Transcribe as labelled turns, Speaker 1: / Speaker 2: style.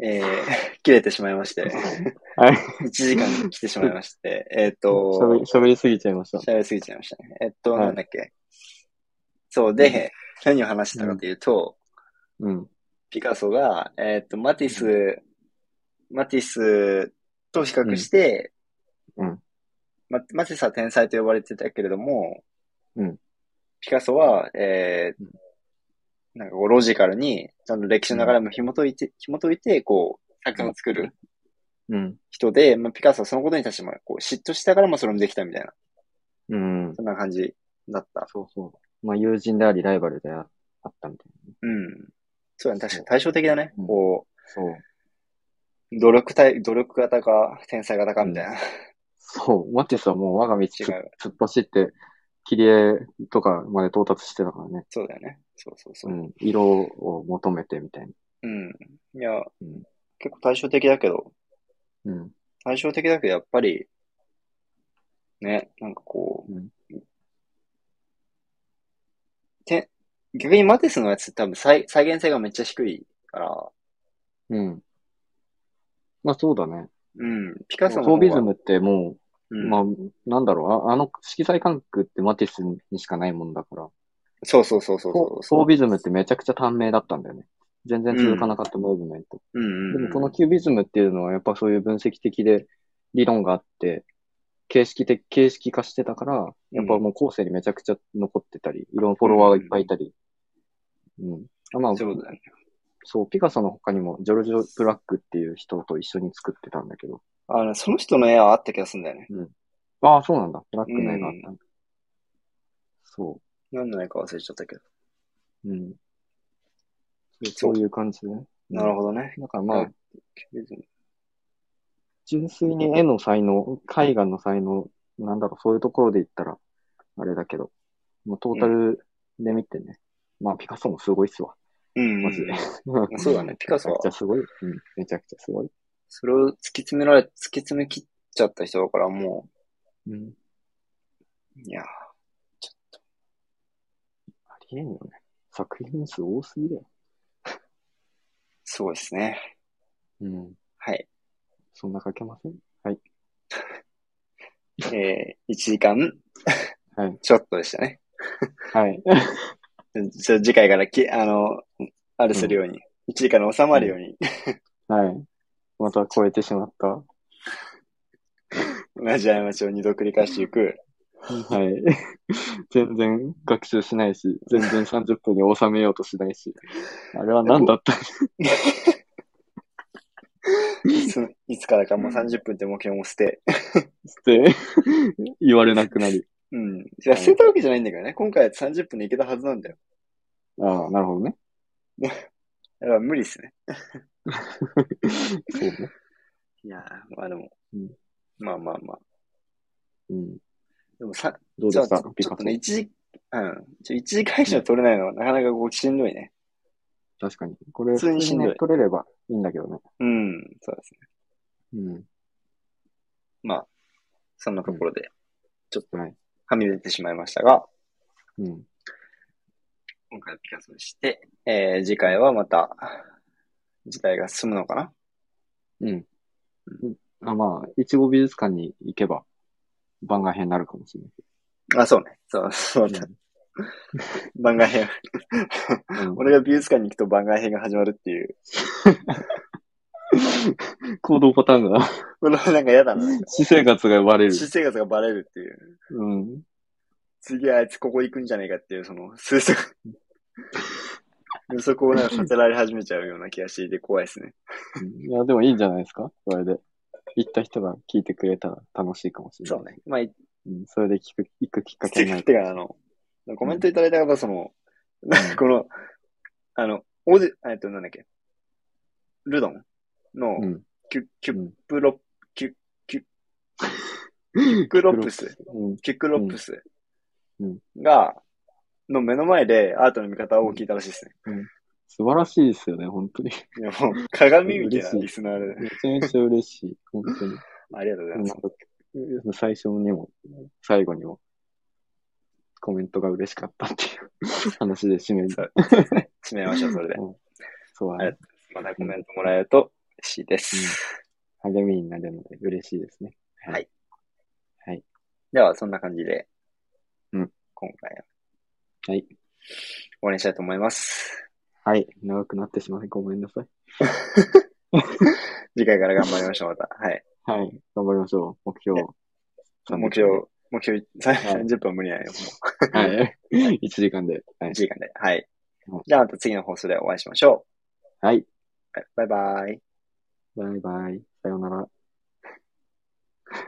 Speaker 1: えー、 切れてしまいま して、
Speaker 2: はい。
Speaker 1: 1時間来てしまいま して、えっと、
Speaker 2: 喋り、喋りすぎちゃいました。
Speaker 1: 喋りすぎちゃいましたね。えっと、
Speaker 2: はい
Speaker 1: なんだっけ。そう、で、何を話したかというと、
Speaker 2: うん。
Speaker 1: ピカソが、えっと、マティス、マティスと比較して、
Speaker 2: うんうん
Speaker 1: まマティスは天才と呼ばれてたけれども、
Speaker 2: うん
Speaker 1: ピカソは、えー、なんかこうロジカルに、ちゃんと歴史の流れも紐解いて、紐解いて、こう、作品を作る
Speaker 2: うん。
Speaker 1: 人で、まあ、ピカソはそのことに対しても、こう、嫉妬したからもそれもできたみたいな、
Speaker 2: うん。
Speaker 1: そんな感じだった。
Speaker 2: そうそう。まあ、友人であり、ライバルであったみたい
Speaker 1: うん。そうだね、確かに対照的だね。
Speaker 2: うん
Speaker 1: こ
Speaker 2: な。そう。
Speaker 1: う、努力対、努力型か、天才型かみたいな。
Speaker 2: そう。マティスはもう我が道
Speaker 1: 違
Speaker 2: 突っ
Speaker 1: う。
Speaker 2: 突っ走って、切り絵とかまで到達してたからね。
Speaker 1: そうだよね。そうそうそうう。
Speaker 2: ん。色を求めてみたい
Speaker 1: うん。いや、
Speaker 2: ん
Speaker 1: 結構対照的だけど、
Speaker 2: な。うん。
Speaker 1: 対照的だけど、やっぱり、ね、なんかこう、
Speaker 2: うん
Speaker 1: て逆にマティスのやつ多分再再現性がめっちゃ低いから、
Speaker 2: うん。まあ、そうだね。
Speaker 1: うん、ピカソの
Speaker 2: フォ
Speaker 1: 方
Speaker 2: ービズ
Speaker 1: は、
Speaker 2: ムっても
Speaker 1: う
Speaker 2: う、
Speaker 1: ん
Speaker 2: まあ、なんだろう。あ、あの色彩感覚ってマティスにしかないもんだから。
Speaker 1: そうそうそうそう
Speaker 2: フ
Speaker 1: そ
Speaker 2: ォ
Speaker 1: う
Speaker 2: フォービズムってめちゃくちゃ短命だったんだよね。全然続かなかったムーブメント。
Speaker 1: うんうんうん、
Speaker 2: でもこのキュービズムっていうのはやっぱそういう分析的で理論があって、形式的、形式化してたから、やっぱもう後世にめちゃくちゃ残ってたり、いろんなフォロワーがいっぱいいたり。うん。あまあ、
Speaker 1: そうだね。
Speaker 2: そう、ピカソの他にもジョルジョ・ブラックっていう人と一緒に作ってたんだけど。
Speaker 1: あの、その人の絵はあった気がするんだよね。
Speaker 2: ああ、そうなんだ。ブラックの絵があったんだ。そ
Speaker 1: 何の絵か忘れちゃったけど。
Speaker 2: う。うん。そういう感じね。
Speaker 1: なる
Speaker 2: ほ
Speaker 1: ほどね。
Speaker 2: ど。だからまあ、
Speaker 1: キュビズム
Speaker 2: 純粋に絵の才能、絵画の才能、なんだろう、そういうところで言ったら、あれだけど、もうトータルで見てね。まあ、ピカソもすごいっすわ。
Speaker 1: うん、
Speaker 2: マジで。
Speaker 1: ん そうだ ねピカソは
Speaker 2: めちゃくちゃすごい。うん、めちゃくちゃすごい。
Speaker 1: それを突き詰められ、突き詰め切っちゃった人だからも
Speaker 2: うん。
Speaker 1: う、いやー、
Speaker 2: ありえんよね。作品数多すぎだよ。
Speaker 1: すごいですね。
Speaker 2: うん。
Speaker 1: はい。
Speaker 2: そんな書けません
Speaker 1: えー、1時 間、
Speaker 2: はい。
Speaker 1: ちょっとでしたね。
Speaker 2: はい。
Speaker 1: じゃあ次回からき、あの、あれするように、1時間に収まるように、
Speaker 2: はい。また超えてしまった。は
Speaker 1: 同じ過ちを2度繰り返していく。
Speaker 2: い。 全然学習しないし、全然30分に収めようとしないし。あれは何だった
Speaker 1: いついつからかもう30分って目標も捨て。
Speaker 2: って 言われなくなり。
Speaker 1: うん。いや、捨てたわけじゃないんだけどね。今回30分でいけたはずなんだよ。
Speaker 2: ああ、なるほどね。
Speaker 1: だから無理っすね。
Speaker 2: そうね。
Speaker 1: いやー、まあでも、
Speaker 2: うん
Speaker 1: まあまあまあ。
Speaker 2: うん。
Speaker 1: でもさ、
Speaker 2: どう
Speaker 1: じ
Speaker 2: で
Speaker 1: ゃあ
Speaker 2: し
Speaker 1: ちょ
Speaker 2: たピ
Speaker 1: ちょ
Speaker 2: カ
Speaker 1: っと
Speaker 2: ソ
Speaker 1: ね、。一時、うん。ちょ一時間以上取れないのはなかなかこうしんどいね。
Speaker 2: 確かに。これ、
Speaker 1: 普通にしんどい
Speaker 2: ね取れればいいんだけどね。
Speaker 1: うん、そうですね。
Speaker 2: うん。
Speaker 1: まあ、そんなところで、
Speaker 2: はい。
Speaker 1: はみ出てしまいましたが、
Speaker 2: うん。
Speaker 1: 今回はピカソにして、えー、次回はまた、次回が進むのかな
Speaker 2: うん。あまあ、いちご美術館に行けば、番外編になるかもしれない。
Speaker 1: あ、そうね。そう、そうだ。 番外編。
Speaker 2: うん
Speaker 1: 俺が美術館に行くと番外編が始まるっていう。
Speaker 2: 行動パター ンが、
Speaker 1: これなんか嫌だな。
Speaker 2: 私生活がバレる。
Speaker 1: 私生活がバレるっていう。
Speaker 2: うん。
Speaker 1: 次あいつここ行くんじゃないかっていう、その、推測。予測をなんかさせられ始めちゃうような気がしていて怖いですね。
Speaker 2: いや、でもいいんじゃないですかそれで。行った人が聞いてくれたら楽しいかもしれない。
Speaker 1: そうね。まあ、い
Speaker 2: うん。それで聞く、行くきっかけ
Speaker 1: て
Speaker 2: になる。
Speaker 1: てか、あの、コメントいただいた方、その、なんかこの、あの、オーディ、えっと、なんだっけ、ルドンの
Speaker 2: うん。
Speaker 1: キュ、キ
Speaker 2: う
Speaker 1: ュッ
Speaker 2: ん
Speaker 1: プロップ、キュッ、キュッ、キュックロップス、
Speaker 2: うん。
Speaker 1: キュックロップス
Speaker 2: うん
Speaker 1: が、の目の前でアートの見方を聞いたらしいですね。
Speaker 2: 素晴らしいですよね、本当に。
Speaker 1: いやもう鏡みたいな
Speaker 2: 嬉しい
Speaker 1: リスナーで、
Speaker 2: めちゃめちゃ嬉しい。本当に。
Speaker 1: ありがとうございます。
Speaker 2: なんか最初にも、最後にも、コメントが嬉しかったっていう 話で締める。
Speaker 1: そう締めましょう、それで。
Speaker 2: そうだ
Speaker 1: あり
Speaker 2: ね
Speaker 1: がとまたコメントもらえるとしいです。
Speaker 2: 励みになるので嬉しいですね。
Speaker 1: はい。
Speaker 2: はい。
Speaker 1: では、そんな感じで、
Speaker 2: うん
Speaker 1: 今回は
Speaker 2: はい。
Speaker 1: 終わりにしたいと思います。
Speaker 2: はい。長くなってしまいごめんなさい。
Speaker 1: 次回から頑張りましょう、また。はい。
Speaker 2: はい。頑張りましょう。目標。
Speaker 1: 目標、目標
Speaker 2: い
Speaker 1: 30分は無理ないよ、も
Speaker 2: はい。1時 間で。は
Speaker 1: う。
Speaker 2: い。
Speaker 1: 時間で。はい
Speaker 2: うん。
Speaker 1: じゃあまた次の放送でお会いしましょ
Speaker 2: はい。
Speaker 1: う。はいバイバイ。
Speaker 2: バイバイ。さようなら。